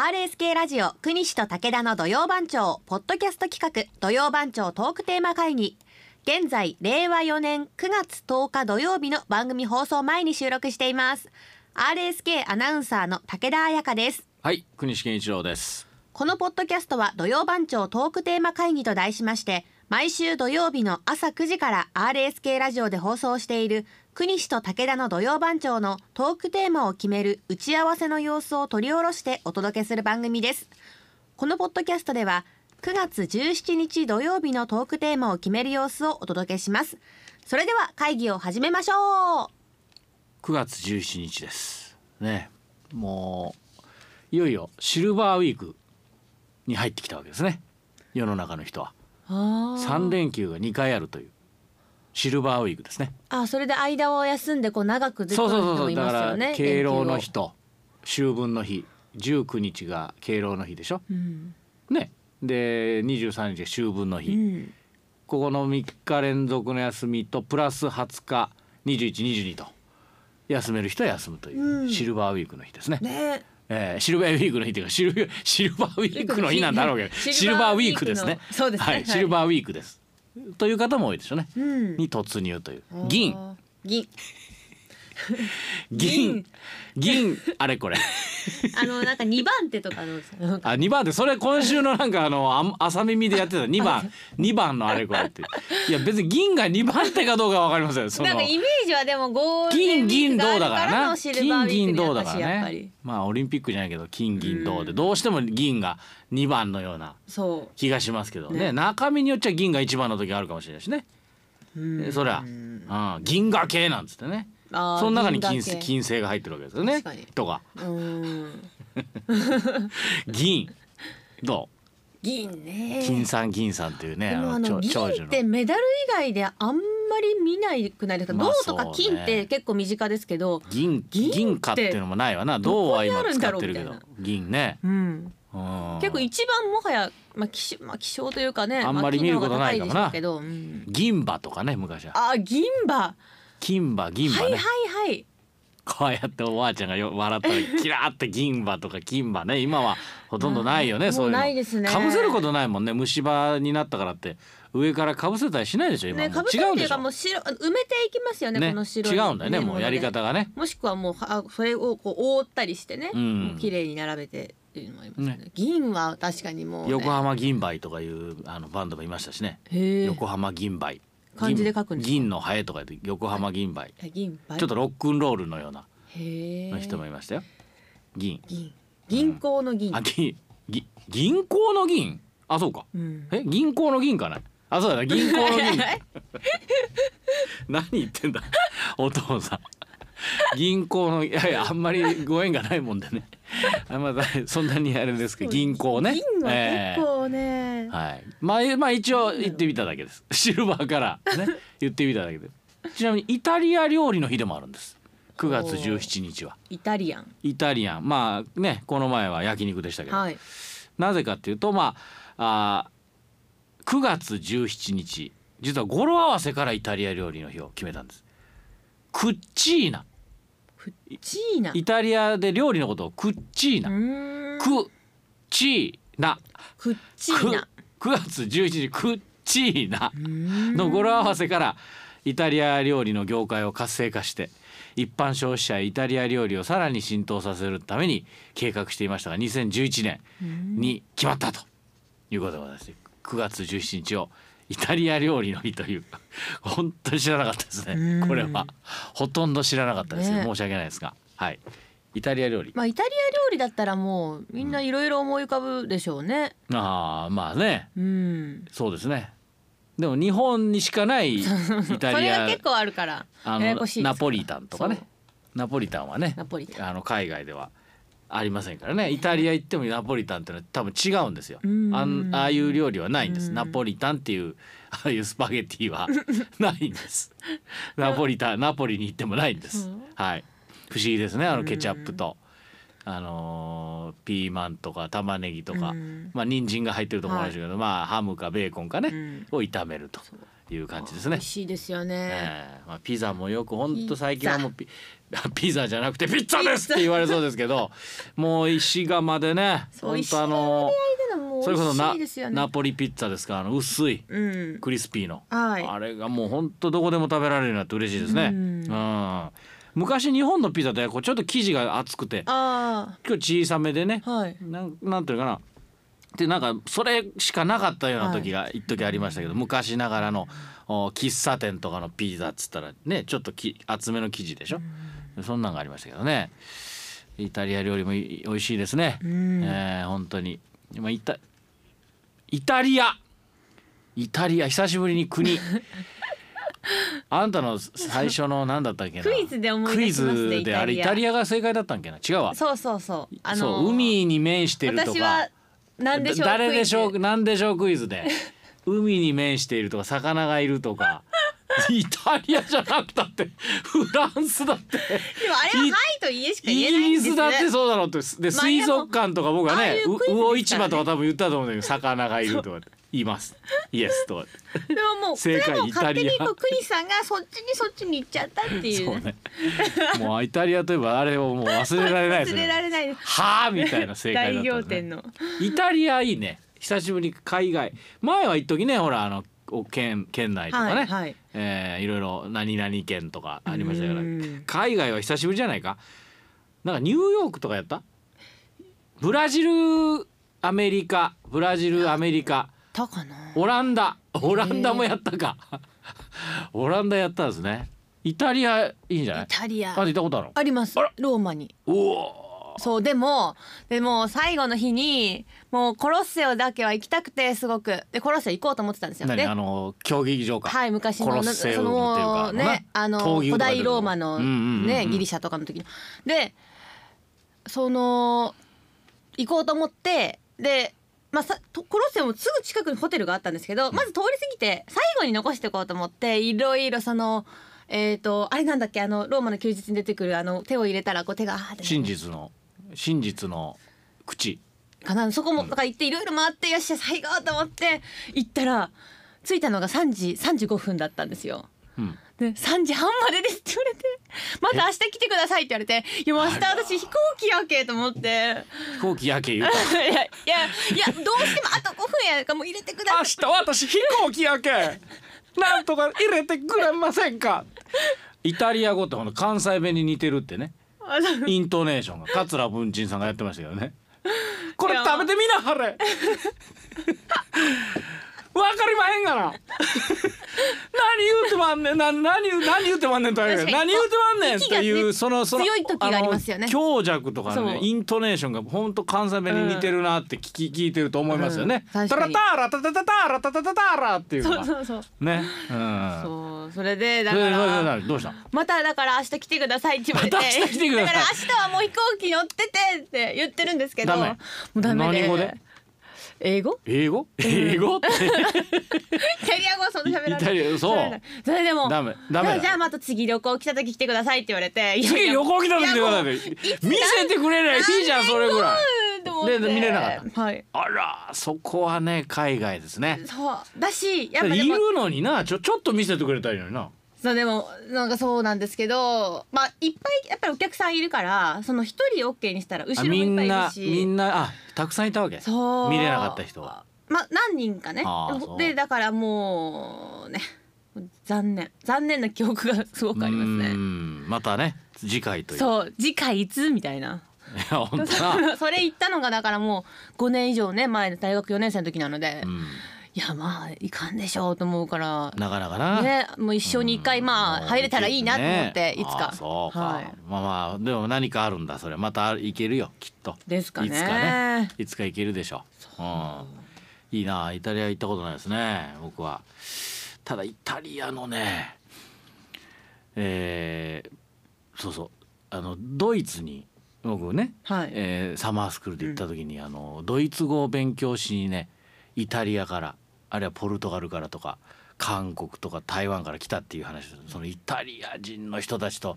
RSK ラジオ国西と武田の土曜番長ポッドキャスト企画土曜番長トークテーマ会議現在令和4年9月10日土曜日の番組放送前に収録しています RSK アナウンサーの武田彩香ですはい、国西健一郎です。このポッドキャストは土曜番長トークテーマ会議と題しまして毎週土曜日の朝9時から RSK ラジオで放送している国西と武田の土曜番長のトークテーマを決める打ち合わせの様子を取り下ろしてお届けする番組ですこのポッドキャストでは9月17日土曜日のトークテーマを決める様子をお届けしますそれでは会議を始めましょう9月17日です。ね、もういよいよシルバーウィークに入ってきたわけですね。世の中の人は3連休が2回あるというシルバーウィークですね。あ、それで間を休んでこう長くずっとそうそ人うそうそもう。いだまかすよらね敬老の連日休をと秋分の日、19日が敬老の日でしょ。うんね、で23日が秋分の日。うんここの3日連続の休みとプラス20日2122と休める人は休むという、うんシルバーウィークの日ですね、ね、えーシルバーウィークの日というかシル シルバーウィークの日なんだろうけどシルシルバーウィーシルバーウィーククのですねそうですねはいはいシルバーウィークですという方も多いでしょうね、うん、に突入という銀銀銀銀あれこれあのなんか二番手とかのなんかあ2番でそれ今週のなんかあのあ朝耳でやってた2番2番のあれこれっていや別に銀が2番手かどうかわかりませんそのなんかイメージはでもゴールデンウィー金銀クがあ銅るだかかららのなシルバーウィー金ク銀に銅だ私からやっぱりねまあオリンピックじゃないけど金銀う銅んでどうしても銀が2番のようなそ気がしますけどねね中身によっちゃ銀が1番の時あるかもしれないしねう、うんそりゃうん銀河系なんつってねあーその中に銀金だけ金星が入ってるわけですよね確かにとかうん銀銅銀ね金さん銀さんっていうねでもあちのょ銀長寿っのてメダル以外であんまり見ないくないですか、まあ銅とかそう金ねって結構身近ですけど、銀銀って銀貨っていうのもないわな銅は今どこにあるん使だっろうてるけみどたい銀ねうん、うん結構一番もはや、まあ、希少、まあ、希少というかね。あんまり見ることないかもなまあ機能が高でしょうけど、うん銀歯とかね昔はあ、銀歯。金歯銀は歯いねはいはい。こうやっておばあちゃんがよ笑ったらキラーって銀歯とか金歯ね今はほとんどないようねんそういうもうのないですねかぶせることないもんね虫歯になったからって上からかぶせたりしないでしょ今ね、もかうぶせ違るっうんていでうしか、ょもう白、埋めていきますよね、ねこの白い。違うんだよねもうやり。方がねもしくはもう、はそれをこう覆ったりしてね、うんもう綺麗に並べて。っていうのもありますよねね銀は確かにもう、ね。横浜銀杯とかいうあのバンドもいましたしねへえ。横浜銀杯漢字で書くんですか銀のハエとか言って横浜銀杯あ銀杯。ちょっと。ロックンロールのようなへえ。人もいましたよ銀銀。銀行の銀。あ銀銀銀行の銀あそうかうん。 え銀行の銀かなあそうだね銀行の銀何言ってんだお父さん銀行のいやいやあんまりご縁がないもんでねあんまだそんなにあれですけど銀行ね銀は結構ね。ええはいまあえまあ一応言ってみただけですシルバーからね言ってみただけでちなみにイタリア料理の日でもあるんです9月17日はイタリアン。イタリアンまあねこの前は焼肉でしたけど、はい。なぜかっていうとまああー9月17日実は語呂合わせからイタリア料理の日を決めたんです。クッチーナチーナ。イタリアで料理のことをクッチーうナーん。クッチーナクッチくーナ。 9月17日クッチーナうーんの語呂合わせからイタリア料理の業界を活性化して一般消費者やイタリア料理をさらに浸透させるために計画していましたが2011年に決まったということでございます9月17日をイタリア料理の日という 本当に知らなかったですうねんこれはほとんど知らなかったですねね申し訳ないですがはいイタリア料理まあイタリア料理だったらもうみんないろいろ思い浮かぶでしょうね。ああまあねうん。そうですねでも日本にし かないイタそリれがア結構あるからあややのこしいでナす。ポリタンとかねそうナポリタンはねナポリタンあの海外ではありませんからねイタリア行ってもナポリタンってのは多分違うんですよあうんんああいう料理はないんですうんナポリタンっていう ああいうスパゲティ はないんですナポリタンナポリに行ってもないんですうんはい不思議ですねあのケチャップとあのーピーマンとか玉ねぎとかうんまあ人参が入ってるところもあるんですけどまあハムかベーコンかうねんを炒めるとそういう感じです美ね味。しいですよね。えーまあ、ピザもよくほんと最近はもうピ ピザじゃなくてピッツァですって言われそうですけどもう石窯でねそうほんとあのでもそ美れこ味そなしいですよねナ。ポリピッツァですかあの薄いうん。クリスピーの、はいあれがもうほんとどこでも食べられるようになって嬉しいですね。ううんん昔日本のピザってこうちょっと生地が厚くてあ今日小さめでねあ、はい。なんなんていうのかなでなんかそれしかなかったような時が一時ありましたけど、昔ながらのお喫茶店とかのピザっつったらねちょっとき厚めの生地でしょ、そんなんがありましたけどねイタリア料理もい美味しいですね、んえー本当にまあイタイタリアイタリア久しぶり に国あんたの最初の何だったっけなクイズで思い出しますねクイズであれイイタタリリアが正解だったんけな違うわそうそうそう。あのそう海に面しているとか私はなんでしょう。だ誰でしょクイうなんでしょうクイズで海に面しているとか魚がいる とかイタリアじゃなくたってフランスだってズ。でもあれははいと家しかイギ言えないんリですね。スだってそうだろうってでまあでも水族館とか僕はああいねうクイズですからね魚、市場とか多分言ったと思うんだけど魚がいるとかっていますイエスとかってでももうそれ正解はもう勝手イタにリアこうクリさんがそっちにそっちに行っちゃったっていう。そうねもうイタリアといえばあれをもう忘れられないです忘れねられないです。はあみたいな正解だった、ね、大仰天の。イタリアいいね久しぶりに海外前は一時ねほらあのお県県内とかはね、いいはいえーいろいろ何々県とかありましたからうん海外は久しぶりじゃないかなんかニューヨークとかやったブラジルアメリカブラジルアメリカたかな。オランダオランダもやったか、オランダやったんですねイタリアいいんじゃなイいタリアあ。行ったことあるのありますあら。ローマに。おおそうでもでも最後の日にもうコロッセオだけは行きたくてすごくでコロッセオ行こうと思ってたんですよ。何であの競技場かはい昔のコロなッそセウムっていうかのねあの古代ローマのねギリシシャとかの時のでその行こうと思ってでまあさとコロッセオもすぐ近くにホテルがあったんですけどまず通り過ぎて最後に残しておこうと思っていろいろそのえっとあれなんだっけあのローマの休日に出てくるあの手を入れたらこう手があーって真実の真実の口かなそこもだから行っていろいろ回ってよっしゃ最後と思って行ったら着いたのが3時35分だったんですよ。うんで3時半までですって言われて「また明日来てください」って言われて「いや明日私飛行機やけ」と思って「いや飛行機やけ言うたいやいやどうしてもあと5分やからもう入れてく ださい」明日私飛行機やけなんとか入れてくれませんかイタリア語ってほんと関西弁に似てるってねあそうイントネーションが桂文珍さんがやってましたけ どねこれ食べてみなはれわかりまへんがな何言うてまんねんな何言う何言うてまんねんとは言うけど確か何に言うてまんねんって息いがう、ねそのその強い時がありますよねあの強弱とかそうねイントネーションが本当関西弁に似てるなって聞き、聞いてると思いますよね、うん確タかラにタラタタタタラタタタタラっていうのそがうそうそうねうんそうそれでだそかれそれそられどうしたまただから明日来てくださいって言われてまた明日来てくだだかさいら明日はもう飛行機乗っててって言ってるんですけどダメもうダメで何語で英語英語英語ってイタリア語はそんな喋らイタない。リアそう喋らないそれでもダメダメだじゃあまた次旅行来た時来てくださいって言われて。いやいや次旅行来た時とかだってい見やせもうてくれりゃいいじゃんそれぐらい。うんと思って。で見れなかったはい。あらそこはね海外ですね。そうだしやっぱでいもるのになちょちょっと見せてくれたらいいのにな。そうでもなんかそうなんですけどまあいっぱいやっぱりお客さんいるからその一人オッケーにしたら後ろあもみいっんぱいいなるしみんなあたくさんいたわけ。そう見れなかった人は。まあ何人かねあーそうでだからもうね残念残念な記憶がすごくありますうーねんまたね次回という。う。そう次回いつみたいないや 本当 な。それ言ったのがだからもう5年以上ね前の大学4年生の時なので、ういんやまあいかんでしょうと思うから、なかなかな。ね、もう一生に1回まあ入れたらいいなと思って、ねいつかあそうか、はい、まあまあでも何かあるんだそれまたいけるよきっとですかねいつかねいつかいけるでしょう、ん、いいなイタリア行ったことないですね僕はただイタリアのねえーそうそうあのドイツに僕ね、はいえーサマースクールで行った時に、あのドイツ語を勉強しにねイタリアからあるいはポルトガルからとか韓国とか台湾から来たっていう話ですそのイタリア人の人たちと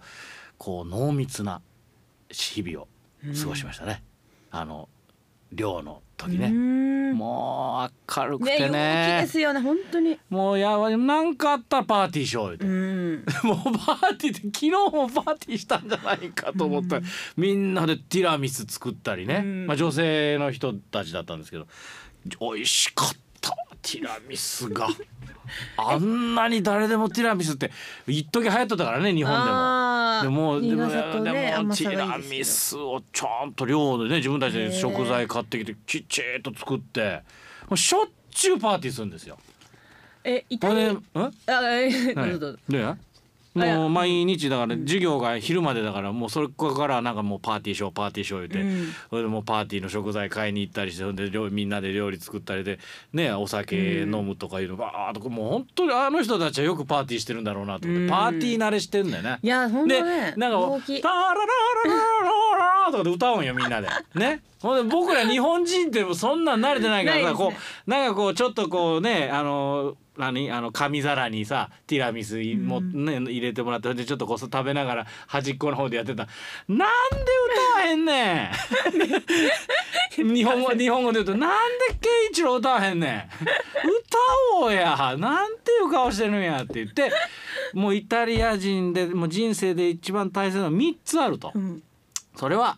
こう濃密な日々を過ごしましたね。あの寮の時うね、んねもう明るくて陽気ねですよね本当に。もうやばいなんかあったらパーティーしようよう、ん。もうパーティーで昨日もパーティーしたんじゃないかと思った、うんみんなでティラミス作ったりね、うんまあ、女性の人たちだったんですけど美味しかったティラミ スがあんなに誰でもティラミスって一時流行ってたからね日本でも。あーでも新でも潟とねでも甘テさィがラいいミですスをちゃんと量でね自分たちで食材買ってきてきちっと作ってもうしょっちゅうパーティーするんですよ。けど。えイこタリれんアあえどうぞどうぞ。ねあいやもう毎日だから授業が昼までだからもうそれからなんかもうパーティーしようパーティーしよう言って、うんそれでもうパーティーの食材買いに行ったりしてほんで料みんなで料理作ったりでねお酒飲むとかいうのばーっとこうもう本当にあの人たちはよくパーティーしてるんだろうなと思って、うんパーティー慣れしてんだよね。いや本当で、ね。なんか陽「気タララララララ」とかで歌うんよみんなで。ね。ほんで僕ら日本人ってもうそんなん慣れてないからないさですねこうなんかこうちょっとこうねあの何あの紙皿にさティラミスいも、ね入れてもらってほんでちょっとこう食べながら端っこの方でやってた「なんで歌わへんねん! 」日本語日本語で言うと「なんで圭一郎歌わへんねん!」歌おうやなんていう顔してるんやって言ってもうイタリア人でもう人生で一番大切なのは3つあると、うんそれは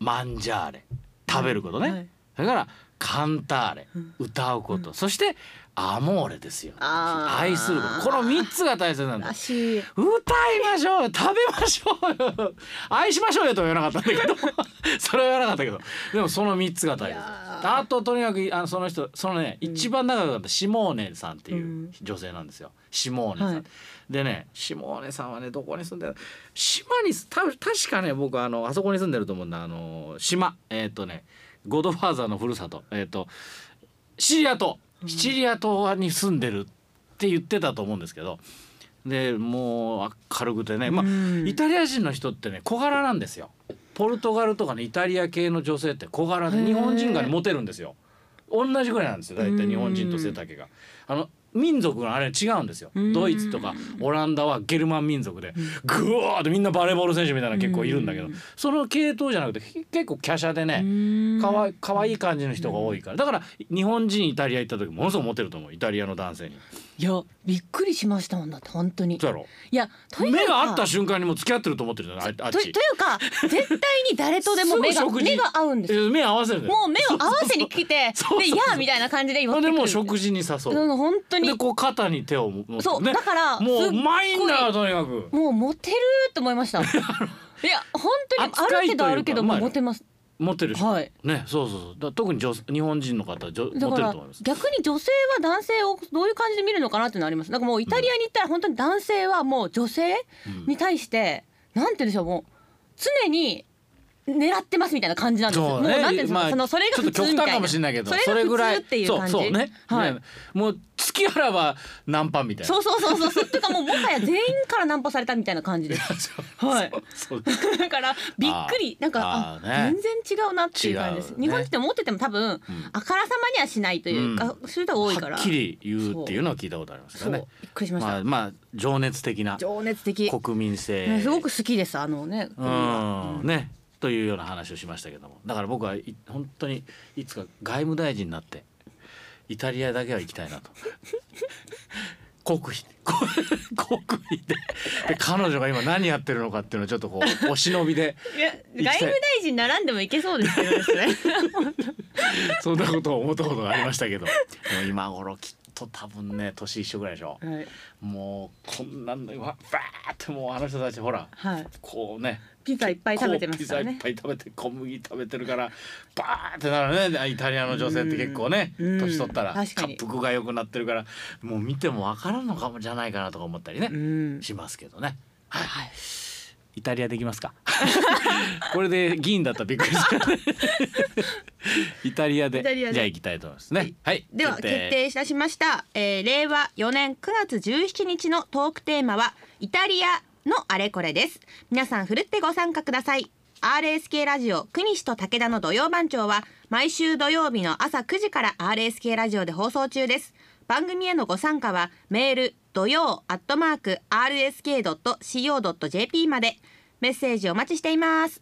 マンジャーレ食べることね、はいそれからカンターレうん歌うこと、そしてアモーレですよあー愛することこの3つが大切なんだらしい。歌いましょうよ食べましょうよ愛しましょうよとは言わなかったん だけどそれは言わなかったけどでもその3つが大い切やーあととにかくあのその人そのね、一番仲良かったシモーネさんっていう女性なんですよ、シモーネさん、はいでねシモーネさんはねどこに住んでる島にた確かね僕あのあそこに住んでると思うんだあの島えっ、とねゴッドファーザーのふるさとえっ、とシチリア島シチリア島に住んでるって言ってたと思うんですけどでもう明るくてね、まあうんイタリア人の人ってね小柄なんですよポルトガルとかねイタリア系の女性って小柄へでー日本人がねモテるんですよ同じぐらいなんですよ大体日本人と背丈が。あの民族のあれ違うんですようんドイツとかオランダはゲルマン民族でグワーってみんなバレーボール選手みたいなの結構いるんだけどうんその系統じゃなくてけ結構華奢でね、かかわいかわいい感じの人が多いからだから日本人イタリア行った時ものすごくモテると思うイタリアの男性に。いやびっくりしましたもんだって本当にそうやろいやというか目が合った瞬間にもう付き合ってると思ってるじゃないああっとといちう。か絶対に誰とでも 目すがぐ食事目が合うんですよえ目合わせるんだよもう目を合わせに来て そうそうで「いや」みたいな感じで言そわれれでてもうく食事に誘るう。うん本当でにこう肩に手を持ってそうねだからもすうっうまいんだよとにかく。もうモテると思い ましたいや本当にあ扱るいけというかどあるけどうまもいうのモテますモテるでしょ。はいねそうそうそう。だから特に女日本人の方は女モテるだとから思います。逆に女性は男性をどういう感じで見るのかなっていうのありますなんかもうイタリアに行ったら本当に男性はもう女性うんに対して、なんて言うんでしょうもう常に狙ってますみたいな感じなんですよ。もうなんて言うんですか、そのそれがちょっ普と通みた極いな。端かもしれないけど、それが普通っていう感じ。そうそうね。はいね。もう月あらばナンパみたいなそ。うそうそうそうそう。てかもうもはや全員からナンパされたみたいな感じです。 はい。そ うだからびっくりなんかああーね全然違うなっていう感じです。違うね日本人って思ってても多分、あからさまにはしないというか、そういう人が多いから。はっきり言うっていうのは聞いたことありますそようね。びっくりしました。まあまあ情熱的な情熱的、国民性。ねすごく好きですあのね。ううんん、ねというような話をしましたけどもだから僕はい本当にいつか外務大臣になってイタリアだけは行きたいなと 国費 こ国費でで彼女が今何やってるのかっていうのをちょっとこうお忍びでいやきたい外務大臣並んでもいけそうですけど ですね。そんなことを思ったことがありましたけどでも今頃きっと多分ね年一緒ぐらいでしょはい、もうこんなんのわバーってもうあの人たちほらはい、こうねピザいっぱい食べてますからねこ。うピザいっぱい食べて小麦食べてるからバーってなるねイタリアの女性って結構ねうん年取ったら確かに滑腹が良くなってるからもう見ても分からんのかもじゃないかなとか思ったりね、うん、しますけどね。はいはい、イタリアできますか これで議員だったらびっくりした イタリアでイタリアでじゃあ行きたいと思いますねはいでは決定いたしました、えー令和4年9月17日のトークテーマはイタリアのあれこれです皆さんふるってご参加ください RSK ラジオ国西と武田の土曜番長は毎週土曜日の朝9時から RSK ラジオで放送中です番組へのご参加はメール土曜アットマーク RSK.CO.JP までメッセージお待ちしています